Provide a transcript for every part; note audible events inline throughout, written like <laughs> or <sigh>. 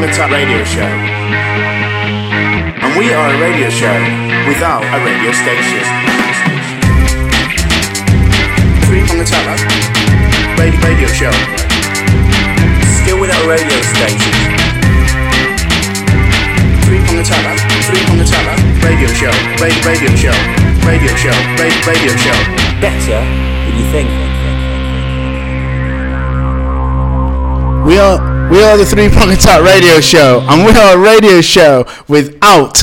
the Tap Radio Show. And we are a radio show without a radio station. Three on the Tap right? Radio, radio Show. Still without a radio station. Three on the Tap right? Three on the Tap right? Radio Show. Radio, radio Show. Radio Show. Radio, radio Show. Better than you think. We are we are the Three Prong Attack Radio Show, and we are a radio show without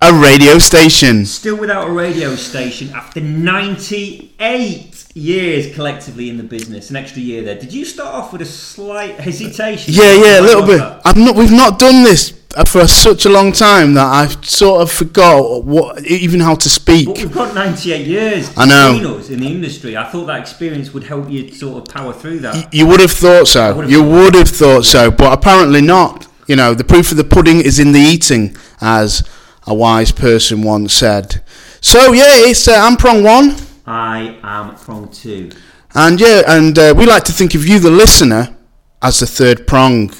a radio station. Still without a radio station after 98 years collectively in the business. An extra year there. Did you start off with a slight hesitation? Yeah, yeah, a I little love bit. that. I've not we've not done this uh, for such a long time that I've sort of forgot what even how to But speak. we've got 98 years I know. between us in the industry. I thought that experience would help you sort of power through that. You would have thought so. would've You thought- would have thought so, but apparently not. You know, the proof of the pudding is in the eating, as a wise person once said. So yeah, it's uh, I'm prong one. I am prong two. And yeah, and uh, we like to think of you, the listener, as the third prong.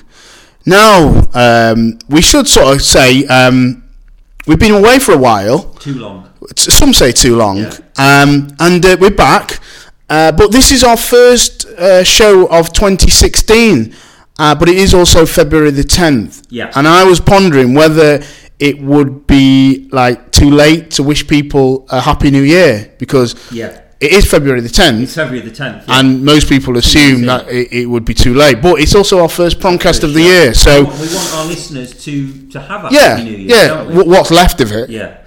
Now, um, we should sort of say um, we've been away for a while. Too long. S- Some say too long. Yeah. Um, and uh, we're back. Uh, but this is our first uh, show of 2016. Uh, but it is also February the 10th. Yeah. And I was pondering whether it would be like too late to wish people a happy new year because Yeah. it is February the 10th. It's February the 10th. yeah. And most people assume Amazing. that it, it would be too late, but it's also our first promcast of the year, We so want- we want our listeners to, to have a yeah, happy new year. yeah, don't we? wh- what's left of it, <laughs> yeah.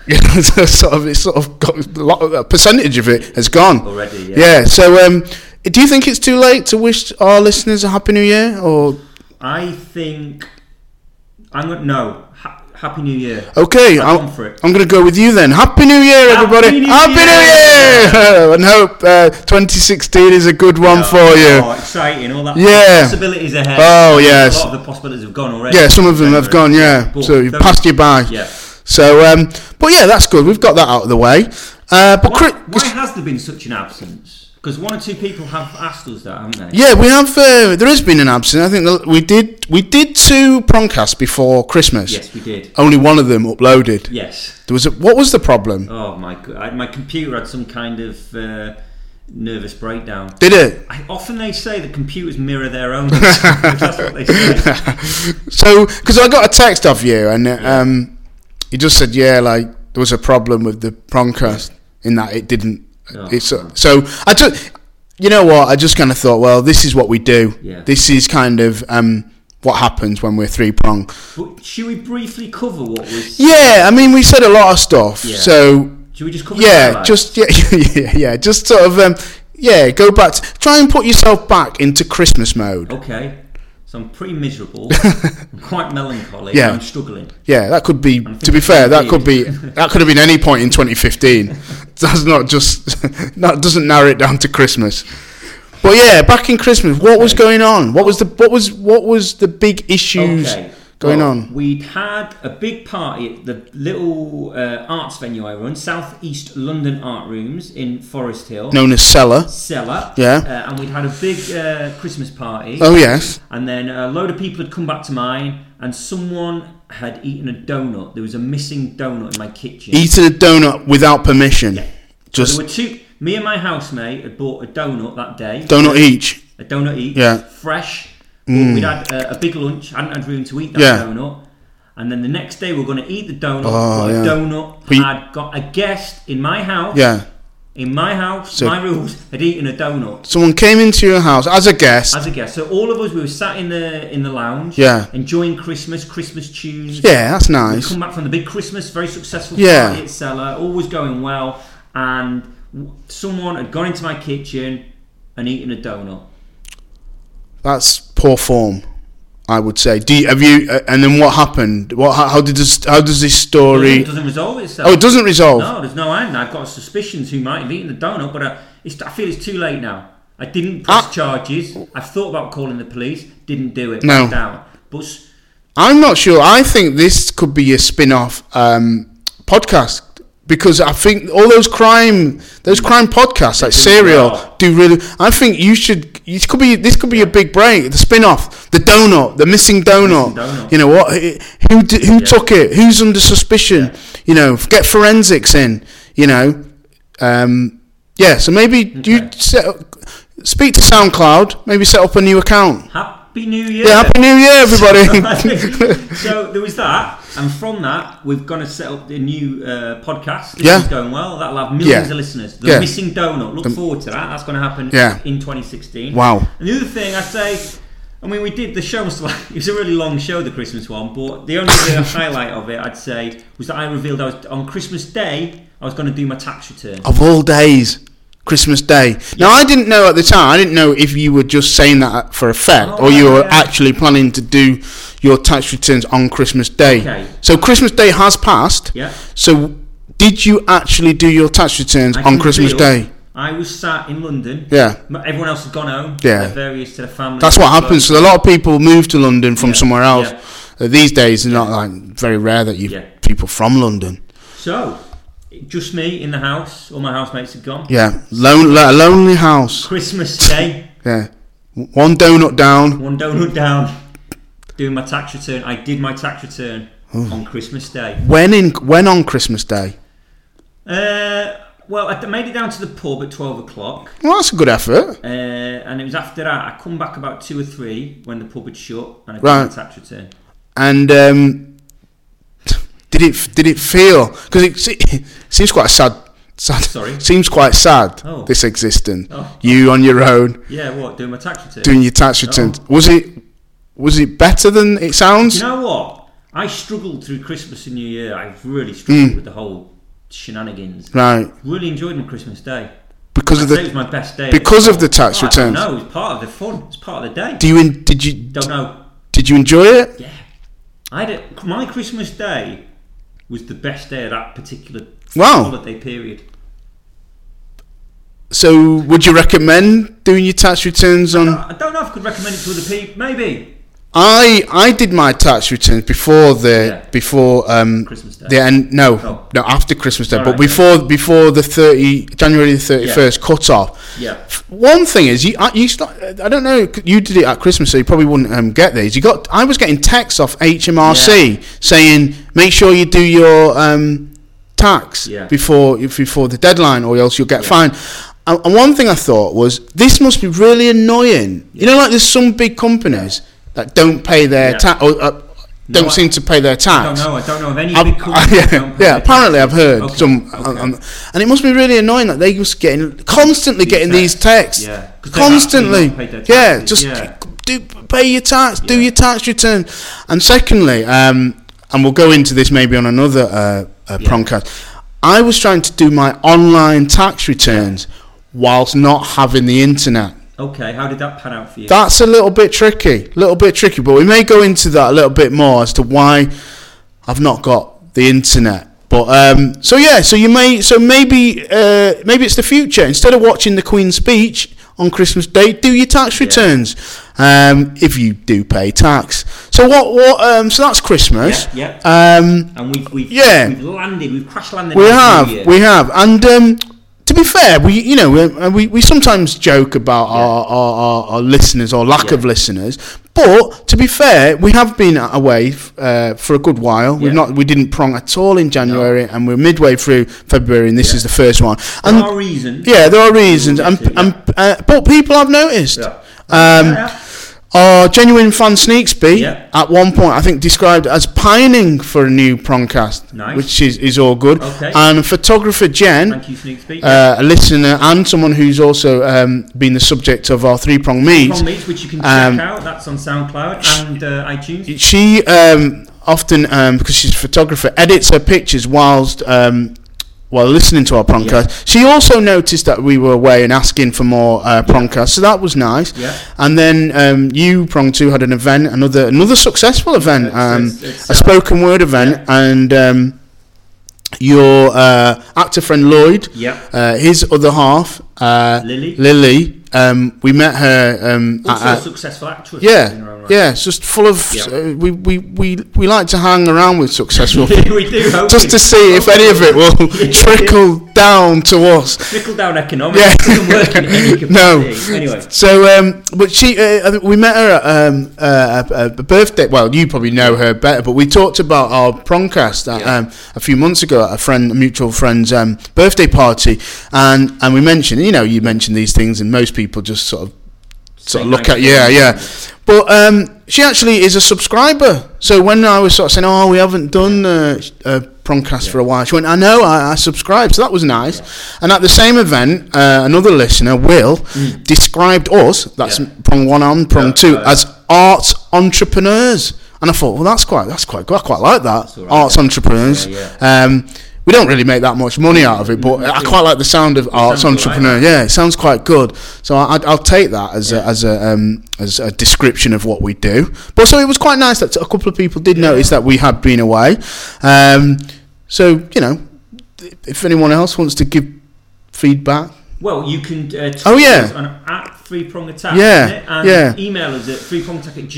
so sort of, it's sort of got a, lot of- a percentage of it has gone Already, yeah. so um, do you think it's too late to wish our listeners a happy new year, or I think I'm gonna no. Ha- Happy New Year. okay, I'm I'm, on for it. I'm going to go with you then. Happy New Year, Happy everybody! New New Year! <laughs> and hope uh, 2016 is a good one for you. Oh, exciting! All that Yeah. possibilities ahead. Oh, yes. A lot of the possibilities have gone already. Yeah, some of them have gone. Yeah, But so you very- passed you by. Yeah. So, um, but yeah, that's good. We've got that out of the way. Uh, but Why, Chris, why has there been such an absence? Because one or two people have asked us that, haven't they? yeah, we have. Uh, there has been an absence. I think that we did. We did two promcasts before Christmas. Yes, we did. Only one of them uploaded. Yes. There was. A, what was the problem? Oh my god! I, my computer had some kind of uh, nervous breakdown. Did it? I, often they say that computers mirror their own. <laughs> That's what they say. <laughs> So, because I got a text off you, and uh, um, you just said, yeah, like there was a problem with the promcast in that it didn't. Oh. It's uh, so I just, you know what? I just kind of thought, well, this is what we do. Yeah. This is kind of um, what happens when we're three prong. But should we briefly cover what was? Yeah, I mean, we said a lot of stuff. Yeah. So Should we just cover? the yeah, highlights? just yeah, <laughs> yeah, yeah, just sort of um, yeah, go back. To, try and put yourself back into Christmas mode. Okay. So I'm <laughs> pretty miserable. I'm quite melancholy. Yeah. and I'm struggling. Yeah, that could be. To be fair, that could <laughs> be that could have been any point in 2015. <laughs> That's not just <laughs> that doesn't narrow it down to Christmas. But yeah, back in Christmas, what was going on? What was the what was what was the big issues Okay. going well, on? We'd had a big party at the little uh, arts venue I run, South East London Art Rooms in Forest Hill. Known as Cellar. Cellar. Yeah. Uh, and we'd had a big uh, Christmas party. Oh yes, And then a load of people had come back to mine, and someone had eaten a donut. There was a missing donut in my kitchen. eating a donut without permission. Just There were two. Me and my housemate had bought a donut that day. donut each. a donut each, Yeah. Mm. fresh. But We'd had a, a big lunch. I hadn't had room to eat that Yeah. donut. And then the next day, we are going to eat the donut. Oh, but yeah. the donut But you- had got a guest in my house. Yeah, In my house, So- my rules had eaten a donut someone came into your house as a guest. as a guest. So all of us, we were sat in the in the lounge. Yeah. Enjoying Christmas, Christmas tunes. yeah, that's We nice. come back from the big Christmas, very successful Yeah. party at Cellar, always going well. And w- someone had gone into my kitchen and eaten a donut. That's poor form, I would say. Do you, have you? Uh, and then what happened? What? How, how did this? How does this It story? doesn't resolve itself. Oh, it doesn't resolve. No, there's no end. I've got suspicions who might have eaten the donut, but I, it's, I feel it's too late now. I didn't press Ah. charges. I thought about calling the police, didn't do it. No. backed out. But s- I'm not sure. I think this could be a spin-off um, podcast because I think all those crime, those crime podcasts like do Serial well. do really. I think you should. It could be. This could be a big break. The spin-off. The donut, the missing donut. Missing donut. You know what? Who d- who took it? Who's under suspicion? You know, get forensics in. You know, um, yeah. So maybe you set up, speak to SoundCloud. Maybe set up a new account. Happy New Year. Yeah, Happy New Year, <laughs> everybody. <laughs> so there was that, and from that, we've going to set up the new uh, podcast. This Yeah. is going well. That'll have millions Yeah. of listeners. The Yeah. missing donut. Look forward to that. That's going to happen Yeah. in 2016. Wow. And the other thing I say, I mean, we did the show was like <laughs> it was a really long show, the Christmas one. But the only <laughs> real highlight of it, I'd say, was that I revealed I was on Christmas Day. I was going to do my tax return. of all days, Christmas Day. Now, I didn't know at the time. I didn't know if you were just saying that for effect Oh, or you were yeah. actually planning to do your tax returns on Christmas Day. Okay. So Christmas Day has passed. Yeah. So did you actually do your tax returns I on can Christmas reveal Day? I was sat in London. Yeah. M- Everyone else had gone home. Yeah. their Various to the family. That's what happens. So a lot of people move to London from Yeah, somewhere else. yeah. Uh, These days, it's not like very rare that you Yeah. people from London. So, just me in the house. All my housemates had gone. Yeah, Lon- a lonely house. Christmas Day, Yeah, W- one donut down. one donut down, doing my tax return. I did my tax return Hmm. on Christmas Day. When in when on Christmas Day? Uh, well, I d- made it down to the pub at 12 o'clock, Well, that's a good effort. uh, and it was after that. I come back about 2 or 3 when the pub had shut, and I did Right. my tax return. And um, did it did it feel? Because it, se- <laughs> seems quite sad. Sad. <laughs> Sorry? Seems quite sad. Oh. This existence. Oh. You on your own Yeah, what? Doing my tax return. doing your tax returns. Was it was it better than it sounds? Do you know what? I struggled through Christmas and New Year. I really struggled with the whole shenanigans. Hmm. Right, Really enjoyed my Christmas Day. because of I'd say it was the. my best day. because of the tax returns. No, it's part of the fun. It's part of the day. Do you in, did you Don't know. did you enjoy it? Yeah, I had a, my Christmas day was the best day of that particular Wow. holiday period. So would you recommend doing your tax returns on? I don't know if I could recommend it to other people. Maybe I I did my tax returns before the Yeah. before um Christmas Day. the end no Oh. no after Christmas Day, All but right, before before the thirty January the thirty first cut off. Yeah. One thing is you I- you start, I don't know you did it at Christmas, so you probably wouldn't um, get these. You got I was getting texts off HMRC saying make sure you do your um tax Yeah. before before the deadline, or else you'll get fined. And and one thing I thought was this must be really annoying. You know, like there's some big companies that don't pay their Yeah. tax or uh, don't I- seem to pay their I don't tax. know. I don't know of any I've- <laughs> big company. that yeah, don't pay yeah, their apparently I've taxes. heard Okay, some, okay. um, um, and it must be really annoying that they just getting constantly getting these texts, Yeah, 'cause they've constantly. actually not paid their Yeah, taxes, just yeah. do pay your tax, do Yeah. your tax return. And secondly, um, and we'll go into this maybe on another uh, uh, Yeah. promcast. I was trying to do my online tax returns whilst not having the internet. okay, how did that pan out for you? That's a little bit tricky, little bit tricky, but we may go into that a little bit more as to why I've not got the internet. But um, so yeah, so you may, so maybe, uh, maybe it's the future. Instead of watching the Queen's speech on Christmas Day, do your tax returns um, if you do pay tax. So what? What? Um, so that's Christmas. Yeah, Um, and we've we've, yeah. we've landed. We've crash landed. we on the have, new year. we have, and um, to be fair, we you know we we, we sometimes joke about our, our, our, our listeners or lack of Yeah. listeners, but to be fair, we have been away uh, for a good while. We've Yeah. not we didn't prong at all in January, and we're midway through February, and this is the first one. And There are reasons. yeah, there are reasons, and, Yeah. and uh, but people have noticed. Yeah. Um, Yeah. Our genuine fan Sneaksby Yeah. at one point I think described as pining for a new prongcast, Nice. which is, is all good. Okay. And photographer Jen, Thank you, Sneakspeak. uh, a listener and someone who's also um, been the subject of our three prong meet, From Meets, which you can check um, out. That's on SoundCloud and uh, iTunes. she um, often um, because she's a photographer edits her pictures whilst um, while listening to our promcast. She also noticed that we were away and asking for more uh, promcasts, so that was nice. Yeah. And then um, you prong two had an event, another another successful event, It's- um, it's- it's, a uh, spoken word event, and. Um, your uh, actor friend Lloyd, Yep. uh, his other half, uh, Lily. Lily, Um, we met her um, Also at- a at- successful actress. in her yeah, own right. yeah, it's just full of. Yeah. Uh, we, we, we, we like to hang around with <laughs> successful <laughs> we do. Hope just to see if any of it will trickle down to us. <laughs> trickle down economics. Yeah. It doesn't work in <laughs> any No. capacity. Anyway, So, um, but she, uh, I think we met her at um, uh, a, a birthday. Well, you probably know her better, but we talked about our promcast at, Yeah. um, a few months ago at a friend, a mutual friend's um, birthday party, and and we mentioned, you know, you mentioned these things, and most people just sort of sort of Say look nice at, yeah, things. yeah. But um, she actually is a subscriber. So when I was sort of saying, "Oh, we haven't done uh, sh- uh, Promcast for a while," she went, "I know, I, I subscribed." So that was nice. And at the same event, uh, another listener, Will, described us. That's Mm. Yeah. Prong One and Prong Yeah, Two yeah. as art entrepreneurs. And I thought, well, that's quite, that's quite, good. I quite like that. all right, Arts entrepreneurs. Yeah, Um, we don't really make that much money out of it, but I quite like the sound of arts sounds all right. entrepreneur. Yeah, it sounds quite good. So I, I'd- I'll take that as a, as a um, as a description of what we do. But so it was quite nice that a couple of people did notice that we had been away. Um, so you know, if anyone else wants to give feedback, Well, you can uh, tweet Oh, yeah. us on at Three Prong Attack. Yeah, isn't it? and yeah. email us at threeprongattack at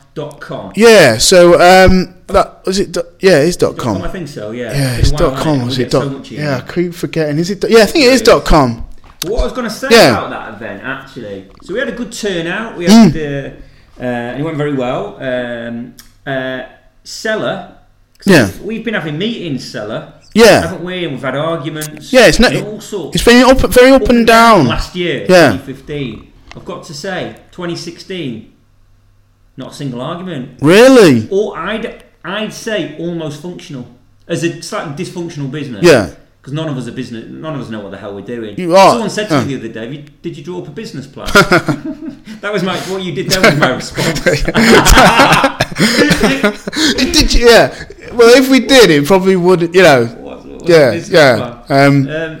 gmail.com. yeah. So um, that was it. dot- Yeah, it's dot com. I com. think so, yeah. Yeah, It's it's been a while, dot com. hasn't Was We it get so dot? much email. Yeah, I keep forgetting. Is it? Dot, yeah, I think it is Yeah. dot com. What I was going to say Yeah. Mm. about that event, actually, so we had a good turnout. We had, uh, uh, and it went very well. Um, uh, Seller, 'cause Yeah. we've- we've been having meetings, Seller, Yeah, haven't we? And we've had arguments. Yeah, it's not- and all sorts. it's been up, very up and down. Last year, Yeah. 2015. I've got to say, 2016, not a single argument. Really? Or I'd I'd say almost functional as a slightly dysfunctional business. Yeah. Because none of us are business. None of us know what the hell we're doing. You are- Someone said to me the other day, "Have you- "Did you draw up a business <laughs> plan?" <laughs> that was my what you did. That was my <laughs> response. Did you, yeah. Well, if we did, it probably would. You know. What- what's a Yeah, business yeah. plan? Um, Um,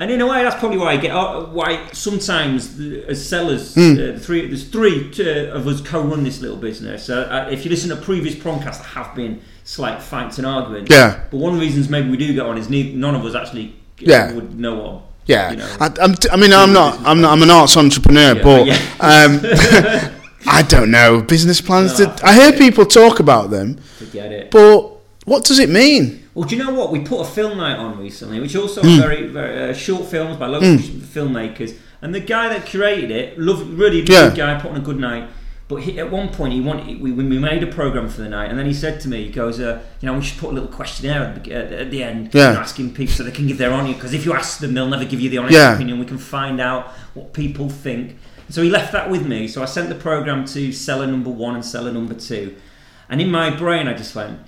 and in a way, that's probably why I get uh, why sometimes the, as sellers, Hmm. uh, three there's three uh, of us co-run this little business. So uh, if you listen to previous podcasts, there have been slight fights and arguments. Yeah. But one of the reasons maybe we do get on is ne- none of us actually uh, Yeah. would know what. yeah. You know. I, I'm, t- I mean, I'm not. I'm not. I'm an arts entrepreneur, Yeah, but yeah. um, <laughs> I don't know business plans. No. that I hear people talk about them, Forget it. but what does it mean? Well, do you know what? We put a film night on recently, which also Hmm. are very, very uh, short films by local filmmakers. And the guy that curated it, love, really good guy, put on a good night. But he, at one point, he wanted we, we made a program for the night, and then he said to me, he goes, uh, "You know, we should put a little questionnaire at the, be- at the end, you Yeah. know, asking people so they can give their honest because if you ask them, they'll never give you the honest Yeah. opinion. We can find out what people think." So he left that with me. So I sent the program to seller number one and seller number two, and in my brain, I just went,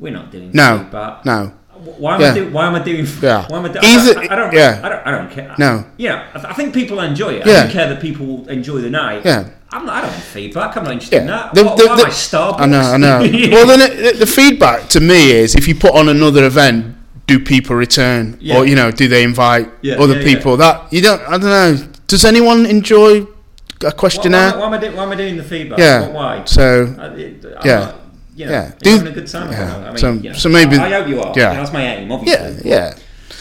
"We're not doing No. feedback. No. Why am I Yeah. doing? Why am I doing? Yeah. Why am I doing? Either- I, I don't. yeah. I don't. I don't care. No. Yeah. I, I think people enjoy it. I Yeah. don't care that people enjoy the night. Yeah. I'm not, I don't want feedback. I'm not interested Yeah. in that. The- Why- the- why the- am I Starbucks? I know. I <laughs> know. well, then it, the feedback to me is if you put on another event. Do people return, Yeah. or you know, do they invite Yeah, other yeah, yeah. people? That you don't. I don't know. Does anyone enjoy a why, why, questionnaire? why, am I do, why am I doing the feedback? Yeah. What, why? So I, it, I'm Yeah. Not, you know, Yeah. Are Do- you having a good time? yeah. I mean, So- you know, so maybe- I, I hope you are. yeah. That's my aim, obviously. yeah, yeah.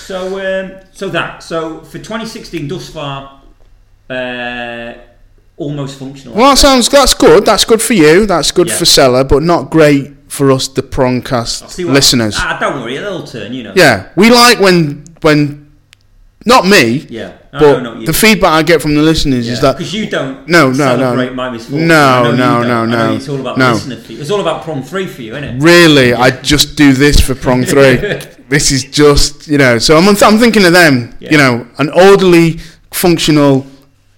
So, um, so that. So for 2016 thus far, uh, almost functional. Well, that sounds that's good. That's good for you. That's good Yeah. for seller, but not great for us, the See prongcast what- listeners. Ah, don't worry, it'll turn. You know. yeah, we like when when not me, Yeah. I know, but not you. the feedback I get from the listeners is that because you don't No, no, no. celebrate my misfortune. No, I know you no, don't. no, I know no, It's all about no. listener for you. It's all about prom three for you, isn't it? really I just do this for <laughs> prong three. this is just you know. So I'm I'm thinking of them. Yeah. You know, an orderly, functional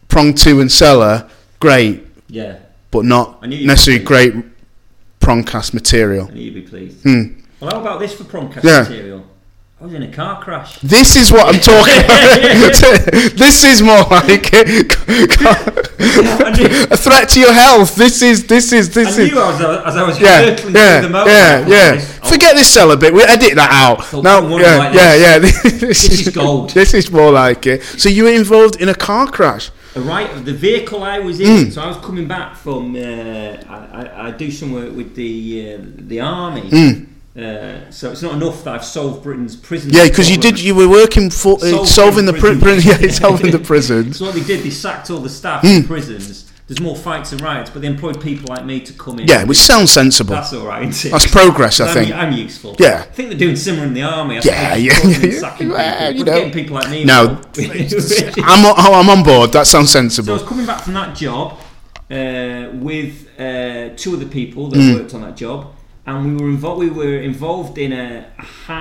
prong two and seller, great, Yeah, but not I knew you- necessarily great prongcast material. I knew you'd be pleased. Hmm. Well, how about this for promcast Yeah. material? I was in a car crash. This is what I'm <laughs> talking about. <laughs> this is more like I knew, a threat to your health. This is this is I this is. knew as, I, as I was Yeah, hurtling yeah, through the moment. yeah, yeah. Oh, Forget this cell a bit. We edit that out. Don't No, worry yeah, about yeah, this. yeah. <laughs> This This is gold. This is more like it. So you were involved in a car crash. Right, the vehicle I was in. Hmm. So I was coming back from. Uh, I, I, I do some work with the uh, the army. Uh, Uh, so it's not enough that I've solved Britain's prison. Hmm. Yeah, because you did. problem. You were working for uh, Solving solving the pri- prison. pri- <laughs> <laughs> yeah, solving the prisons. Hmm. So what they did, they sacked all the staff in prisons. There's more fights and riots, but they employed people like me to come in. Yeah, which sounds sensible. that's all right. Isn't it? That's progress, I I'm- think. I'm, useful. Yeah. I think they're doing similar in the army. I Yeah, think yeah, they're yeah, yeah. Sacking Well, people. you But know. getting people like me. No. <laughs> involved. <laughs> so I'm, on- oh, I'm on board. That sounds I sensible. was coming back from that job uh, with uh, two other people that Hmm. worked on that job, and we were involved. We were involved in a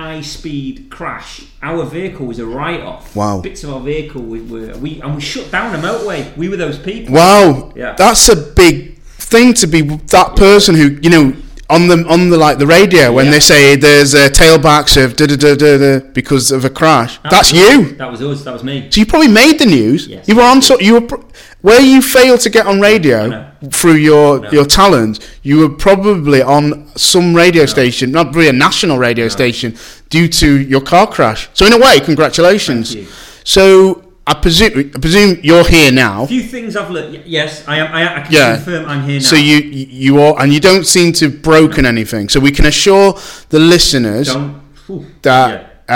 high-speed crash. Our vehicle was a write-off. Wow. Bits of our vehicle we were we and we shut down a motorway. We were those people. Wow, Yeah. that's a big thing to be that person who you know on the on the like the radio when Yeah. they say there's a tailbacks of da da da da da because of a crash. Uh-huh. That's you. That was us. That was me. So you probably made the news. Yes. You were on. So you were pr- where you failed to get on radio No. through your your talent. You were probably on some radio station, not really a national radio station, due to your car crash. So in a way, congratulations. Thank you. So I presume I presume you're here now. few things I've learned. Yes, I am. I, I can Yeah. confirm I'm here now. So you you are, and you don't seem to have broken anything. So we can assure the listeners don't. Ooh, yeah. that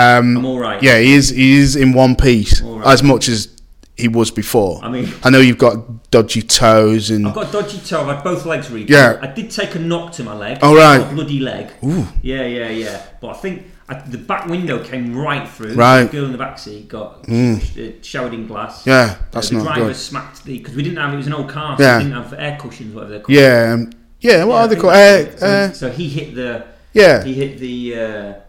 um, I'm all right. Yeah, he is he is in one piece All right. as much as he was before. I mean- I know you've got dodgy toes and I've got a dodgy toe. I've had both legs rebuilt. Yeah. I did take a knock to my leg. All right. My bloody leg. Ooh. Yeah, yeah, yeah. But I think I, the back window came right through. Right. Mm. The girl in the back seat got uh, showered in glass. yeah, that's the not driver good. smacked the because we didn't have it was an old car. So Yeah. We didn't have air cushions, whatever they're called. Yeah, um, yeah. What Yeah, I are they think called? that's it. Uh, uh, so, so he hit the. yeah, He hit the. Uh,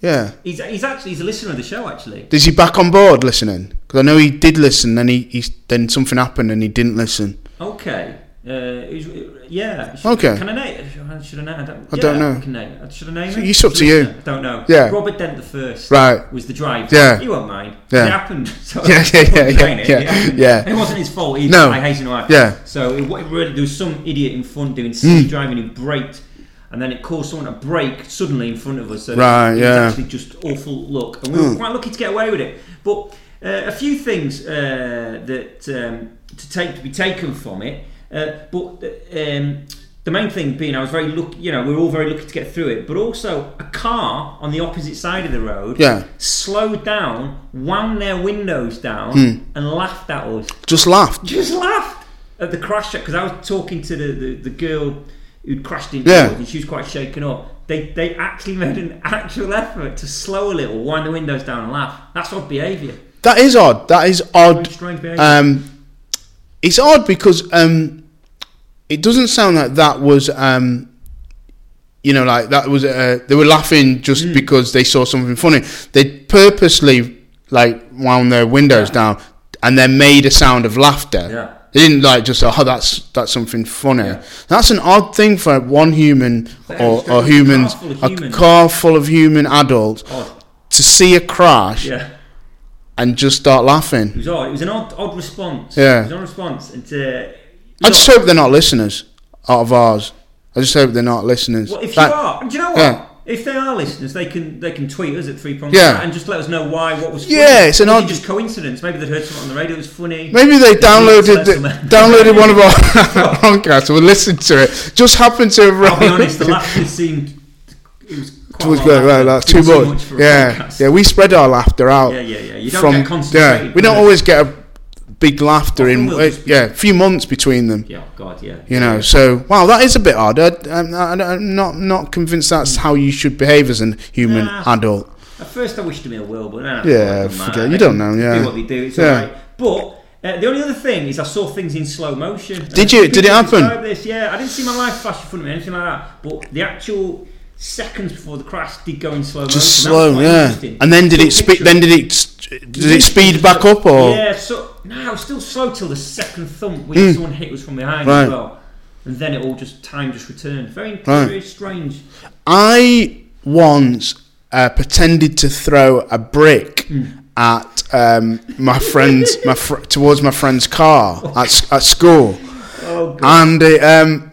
yeah. he's, he's actually he's a listener of the show actually. Is he back on board listening? Because I know he did listen, then he, he then something happened and he didn't listen. Okay. Uh, he's, yeah. Should, Okay. Can I name? Should I name? I don't, I yeah, don't know. Can name, should I name? So him? it's up to Should I you. name him? I don't know. Yeah. Robert Dent the first. Right. Was the driver. Yeah. He won't mind. Yeah. It happened. <laughs> So Yeah, yeah, yeah, I won't yeah, blame yeah, him. It, yeah. happened. it wasn't his fault either. No. I hate him. I- Yeah. Hmm. So it, what it really there was some idiot in front doing silly driving who braked. And then it caused someone to brake suddenly in front of us. So Right, it was yeah. actually just awful look, and we were quite lucky to get away with it. But uh, a few things uh, that um, to take to be taken from it, uh, but um, the main thing being, I was very lucky. You know, we were all very lucky to get through it. But also, a car on the opposite side of the road Yeah. slowed down, wound their windows down, and laughed at us Just laughed. just laughed at the crash because I was talking to the, the, the girl who'd crashed into Yeah. us and she was quite shaken up. They they actually made an actual effort to slow a little, wind the windows down, and laugh. That's odd behaviour. That is odd. That is odd. Strange behaviour. Um, it's odd because um, it doesn't sound like that was, um, you know, like that was. Uh, they were laughing just Hmm. because they saw something funny. They purposely like wound their windows down and then made a sound of laughter. Yeah. They didn't like just oh that's that's something funny. That's an odd thing for one human Very or, or strange. humans, Car full of a humans. car full of human adults odd. to see a crash Yeah, and just start laughing. it was odd. It was an odd odd response. Yeah. it was an odd response. And uh, I just look, hope they're not listeners out of ours. I just hope they're not listeners. well, if Like, you are, and do you know what? Yeah. If they are listeners, they can they can tweet us at three points Yeah. and just let us know why what was funny. Yeah, it's an Was it odd- just coincidence. Maybe they heard something on the radio that was funny. Maybe they downloaded Let's- the, let's- downloaded one of <laughs> our <laughs> podcasts and listened to it. Just happened to have I'll be honest, the <laughs> laughter seemed it was quite It was a good, lot right, of that's laughter. too It was much. for a yeah, podcast. yeah. We spread our laughter out. Yeah, yeah, yeah. You don't get concentrated. Yeah, we don't Yeah. always get a big laughter Often in. we'll uh, just be- yeah, a few months between them. Yeah, oh, God, yeah. You know, so wow, that is a bit odd. I, I'm, I'm not not convinced that's how you should behave as a human Hmm. Nah. adult. At first, I wished him ill will, but then I Yeah, thought, forget- "Doesn't matter. you don't know, They yeah. do what they do. It's Yeah. alright. But. Uh, the only other thing is I saw things in slow motion. And Did you? people Did it happen? describe This, yeah, I didn't see my life flash in front of me, anything like that. But the actual seconds before the crash did go in slow Just motion. That was slow, quite yeah. interesting. And then did Took it a speed? picture Then of did it s- did it speed back up or? Hmm. Yeah, so no, it was still slow till the second thump when someone hit us from behind Right. as well, and then it all just time just returned. Very, very strange. I once uh, pretended to throw a brick Hmm. at um, my <laughs> friend's my fr- towards my friend's car at, s- at school, Oh god! and it, um,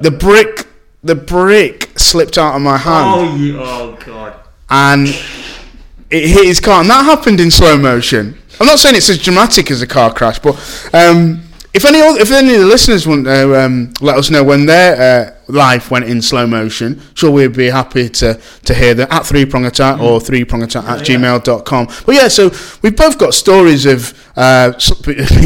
the brick the brick slipped out of my hand Oh, you, oh god! and it hit his car, and that happened in slow motion. I'm not saying it's as dramatic as a car crash, but um, If any, oth- if any of the listeners want to um, let us know when their uh, life went in slow motion, sure we'd be happy to, to hear that at three prong attack or three prong attack at Mm. Yeah, yeah. gmail.com. But yeah, so we've both got stories of uh, s-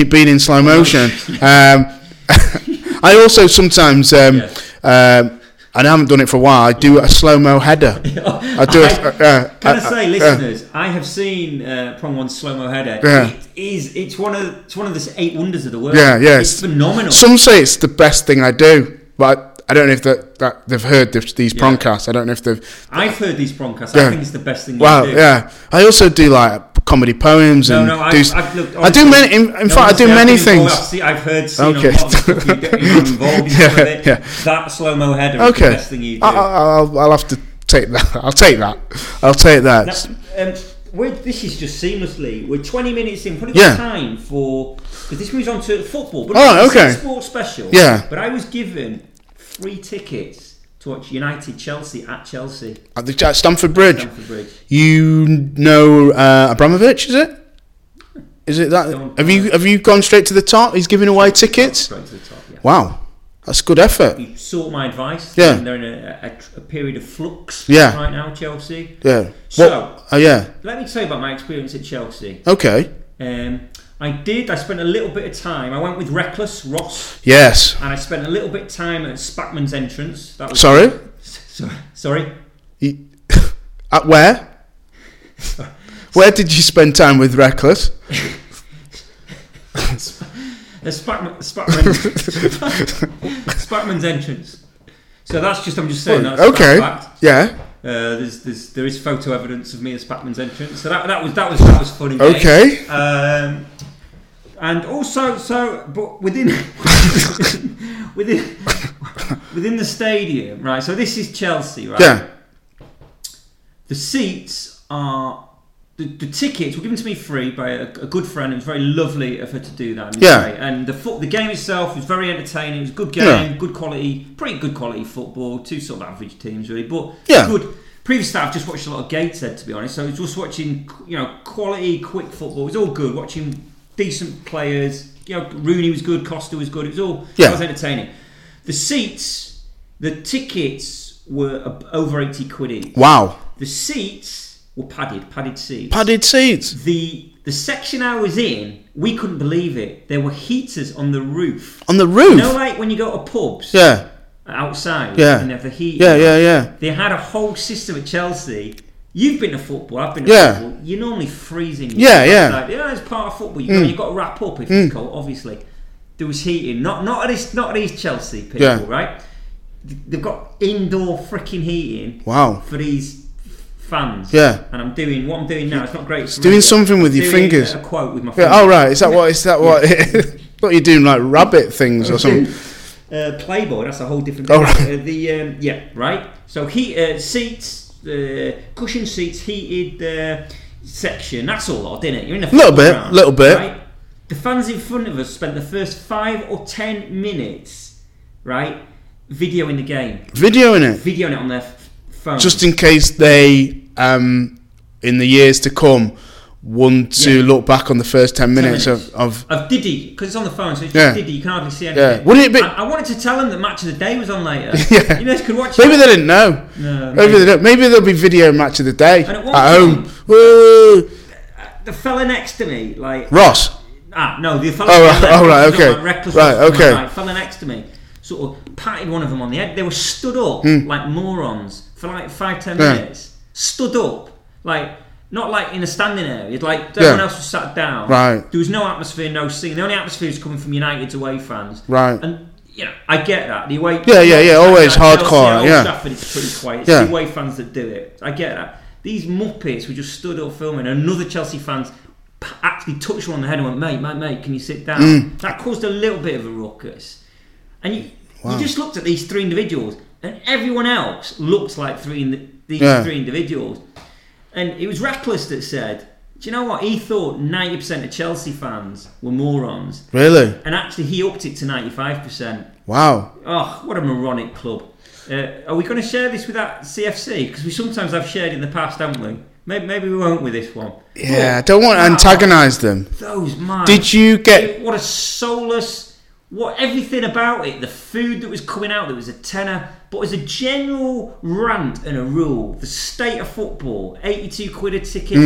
<laughs> being in slow motion. <laughs> Um, <laughs> I also sometimes, um, Yeah. um, and I haven't done it for a while, I do a slow mo <laughs> header. I do. a- uh, Can I, uh, say, uh, listeners, I have seen uh, Prong One's slow mo header. Yeah. It is. It's one of. It's one of the eight wonders of the world. Yeah, yeah, It's it's- phenomenal. Some say it's the best thing I do, but I don't know if that, that they've heard this, these Yeah. podcasts. I don't know if they've. I've heard these Prongcasts. I Yeah. think it's the best thing. Well, you can do. yeah. I also do like comedy poems No, and no, I've, do. s- I've looked, I do many. In, in No, fact, I honestly, do many I've been involved. things. I've, seen, I've heard, seen Okay. a lot of stuff you get you're involved in <laughs> Yeah, some of it. yeah. That slow mo header is the Okay. best thing you do. I, I- I'll, I'll have to take that. I'll take that. I'll take that. Now, um, we're, this is just seamlessly. We're 20 minutes in. Pretty Yeah. good time for because this moves on to football. But Oh, it's a okay. Sports special. Yeah. But I was given free tickets to watch United Chelsea at Chelsea, At the at Stamford Bridge. Stamford Bridge. You know uh, Abramovich, is it? Is it that? Don't have you know. have you gone straight to the top? He's giving away tickets. Straight to the top. Yeah. Wow, that's good effort. You sought my advice. Yeah. They're in a, a, a period of flux. Yeah. Right now, Chelsea. Yeah. So- oh yeah. Let me tell you about my experience at Chelsea. Okay. Um, I did. I spent a little bit of time. I went with Reckless Ross, Yes. and I spent a little bit of time at Spackman's entrance. That was Sorry. <laughs> Sorry. Sorry. <laughs> You- At Uh, <laughs> where? Where did you spend time with Reckless? The Spackman, <laughs> Spackman, Spackman's entrance. So that's just. I'm just saying that's Oh, okay. That's fact. Yeah. Uh, there's, there's, there is photo evidence of me at Spackman's entrance. So that, that was that was that was funny. Okay. Um, and also, so but within <laughs> within within the stadium, right? So this is Chelsea, right? Yeah. The seats are the, the tickets were given to me free by a, a good friend. It was very lovely of her to do that. It was Yeah. great. And the foot, the game itself was very entertaining. It was a good game, Yeah. good quality, pretty good quality football. Two sort of average teams really, but Yeah. good. Previous staff just watched a lot of Gateshead to be honest. So it was just watching, you know, quality, quick football. It was all good. Watching decent players. You know, Rooney was good. Costa was good. It was all. Yeah. That was entertaining. The seats, the tickets were ab- over eighty quid each. Wow. The seats were padded, padded seats. Padded seats. the the section I was in, we couldn't believe it. There were heaters on the roof. On the roof. You know, like when you go to pubs yeah. outside Yeah. and they have the heat. Yeah. Yeah. Yeah. They had a whole system at Chelsea. You've been to football, I've been to Yeah. football. You're normally freezing. Yeah, yeah. Mm. Like, yeah, it's part of football. You've, got, you've got to wrap up if it's cold, obviously. There was heating. Not not at this not at these Chelsea people, Yeah. right? They've got indoor freaking heating Wow. for these fans. Yeah. And I'm doing what I'm doing now. It's not great. It's doing something with your fingers. A quote with my Yeah. fingers. All right. Is that what? Is <laughs> that what? What you doing? Like rabbit things or <laughs> something? Uh, Playboy. That's a whole different. Oh, right. Uh, the um, yeah, right. So heat uh, seats, uh, cushion seats, heated uh, section. That's a lot, didn't it? You're in the Little bit, foreground, little bit. Right? The fans in front of us spent the first five or ten minutes, right, videoing the game, Videoing it, videoing it on their f- phone. just in case they, um, in the years to come, want to Yeah. look back on the first ten minutes, minutes. Of, of. Of Diddy, because it's on the phone, so it's Yeah. just Diddy, you can hardly see Yeah. anything. Wouldn't it be? I, I wanted to tell them that Match of the Day was on later. <laughs> Yeah. You know, they could watch Maybe it. they didn't know. No, maybe, they don't. Maybe there'll be video match of the day And at at one home. point- Woo! The fella next to me, like, Ross. Ah, no, the fella. Oh, right, the oh, right, reckless- okay. like, reckless Right, was- okay. Right, fella next to me sort of patted one of them on the head. They were stood up like morons for like five, ten Hmm. Yeah. minutes. Stood up. Like, not like in a standing area. Like, everyone Yeah. else was sat down. Right. There was no atmosphere, no scene. The only atmosphere was coming from United's away fans. Right. And, you know, I get that. The away. Yeah, yeah, yeah, always Chelsea, hardcore, Old yeah. Trafford is pretty quiet. It's Yeah. the away fans that do it. I get that. These Muppets were just stood up filming. Another Chelsea fans p- actually touched her on the head and went, mate, mate, mate, can you sit down? Mm. That caused a little bit of a ruckus. And you, you just looked at these three individuals, and everyone else looked like three in these Yeah. three individuals. And it was Reckless that said, do you know what? He thought 90% of Chelsea fans were morons. Really? And actually, he upped it to 95%. Wow. Oh, what a moronic club. Uh, are we going to share this with that CFC? Because we sometimes have shared in the past, haven't we? Maybe, maybe we won't with this one. Yeah, I don't want to antagonise them. Those, my. Did you get? What a soulless, what everything about it, the food that was coming out, that was a tenner, but as a general rant and a rule, the state of football, eighty-two quid a ticket.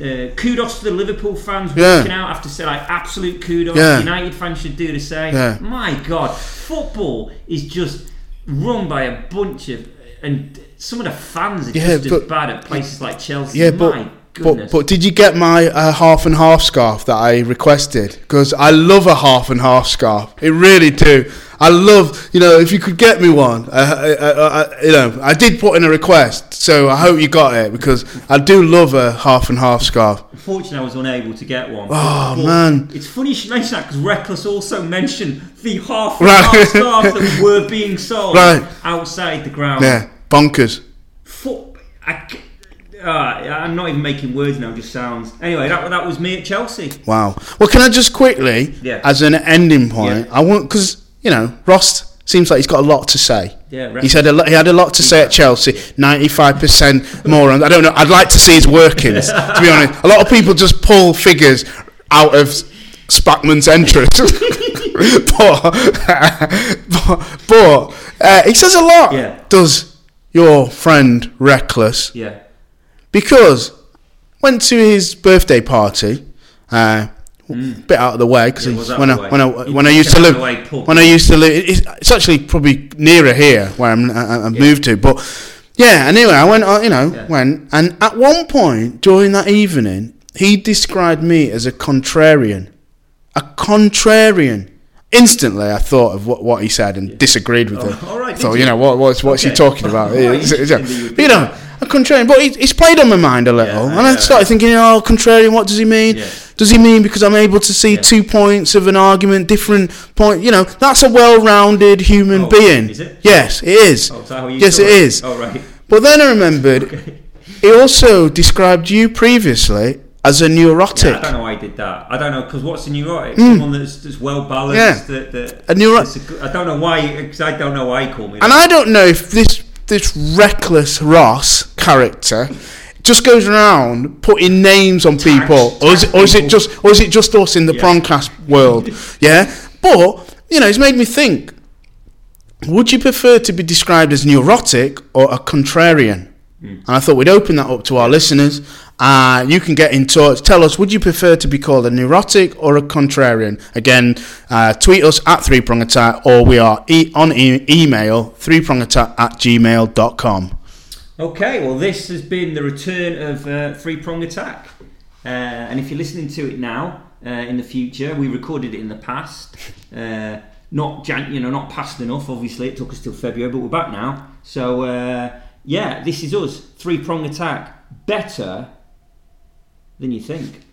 Uh, kudos to the Liverpool fans Hmm. Yeah. walking out after saying like absolute kudos. Yeah. United fans should do the same. Yeah. My God, football is just run by a bunch of and some of the fans are Yeah, just but- as bad at places like Chelsea. Yeah, My but, goodness. but but did you get my uh, half and half scarf that I requested? Because I love a half and half scarf. It really do. I love you know if you could get me one. Uh, I, I, I, you know I did put in a request, so I hope you got it because I do love a half and half scarf. Unfortunately, I was unable to get one. Oh, man. It's funny you should mention that because Reckless also mentioned the half Right. half stars that were being sold Right. outside the ground. Yeah, bonkers. Foot, I, c- uh, I'm not even making words now; just sounds. Anyway, that that was me at Chelsea. Wow. Well, can I just quickly, Yeah. as an ending point, I want because you know Ross seems like he's got a lot to say. Yeah, right. He said a lot, he had a lot to say at Chelsea. Ninety-five percent more. on- I don't know. I'd like to see his <laughs> workings. to be honest, a lot of people just pull figures out of Spackman's entrance. <laughs> but but, but uh, he says a lot. Yeah. Does your friend reckless? Yeah, because went to his birthday party, uh, bit out of the way because Mm. Yeah, was out when, of I the when I way. when I You when I can used get to out live of the way, pub. when I used to live, it's, it's actually probably nearer here where I'm, I, I've moved to, but yeah. Anyway, I went, uh, you know, Yeah. went, and at one point during that evening, he described me as a contrarian, a contrarian. Instantly, I thought of what, what he said and disagreed with Oh, it. all right, so did you you? know what what's what's he Okay. talking <laughs> about? All right, It's- it's- interesting that you would you do know, a contrarian, but it- it's played on my mind a little, Yeah, and I yeah. started thinking, oh, contrarian, what does he mean? Yeah. Does he mean because I'm able to see Yeah. two points of an argument, different point? You know, that's a well-rounded human Oh, being. is it? Yes, it is. Oh, is that how you yes, saw it is. Oh, right. But then I <laughs> remembered he also described you previously as a neurotic. Yeah, I don't know why I did that. I don't know because what's a neurotic? Someone that's, that's well balanced. Hmm. Yeah. That, that A neuro- that's good- I don't know why because I don't know why he called me. And that. I don't know if this this reckless Ross character just goes around putting names on people, or is, it, or is it just or is it just us in the Yeah. broadcast world? Yeah, but you know, it's made me think. Would you prefer to be described as neurotic or a contrarian? And I thought we'd open that up to our listeners. Uh, you can get in touch. Tell us, would you prefer to be called a neurotic or a contrarian? Again, uh, tweet us at Three Prong Attack or we are e- on e- email, threeprongattack at gmail.com. Okay, well, this has been the return of uh, Three Prong Attack. Uh, and if you're listening to it now, uh, in the future, we recorded it in the past. Uh, not jan- you know, not past enough. Obviously, it took us till February, but we're back now. So uh, yeah, this is us, Three Prong Attack, better than you think.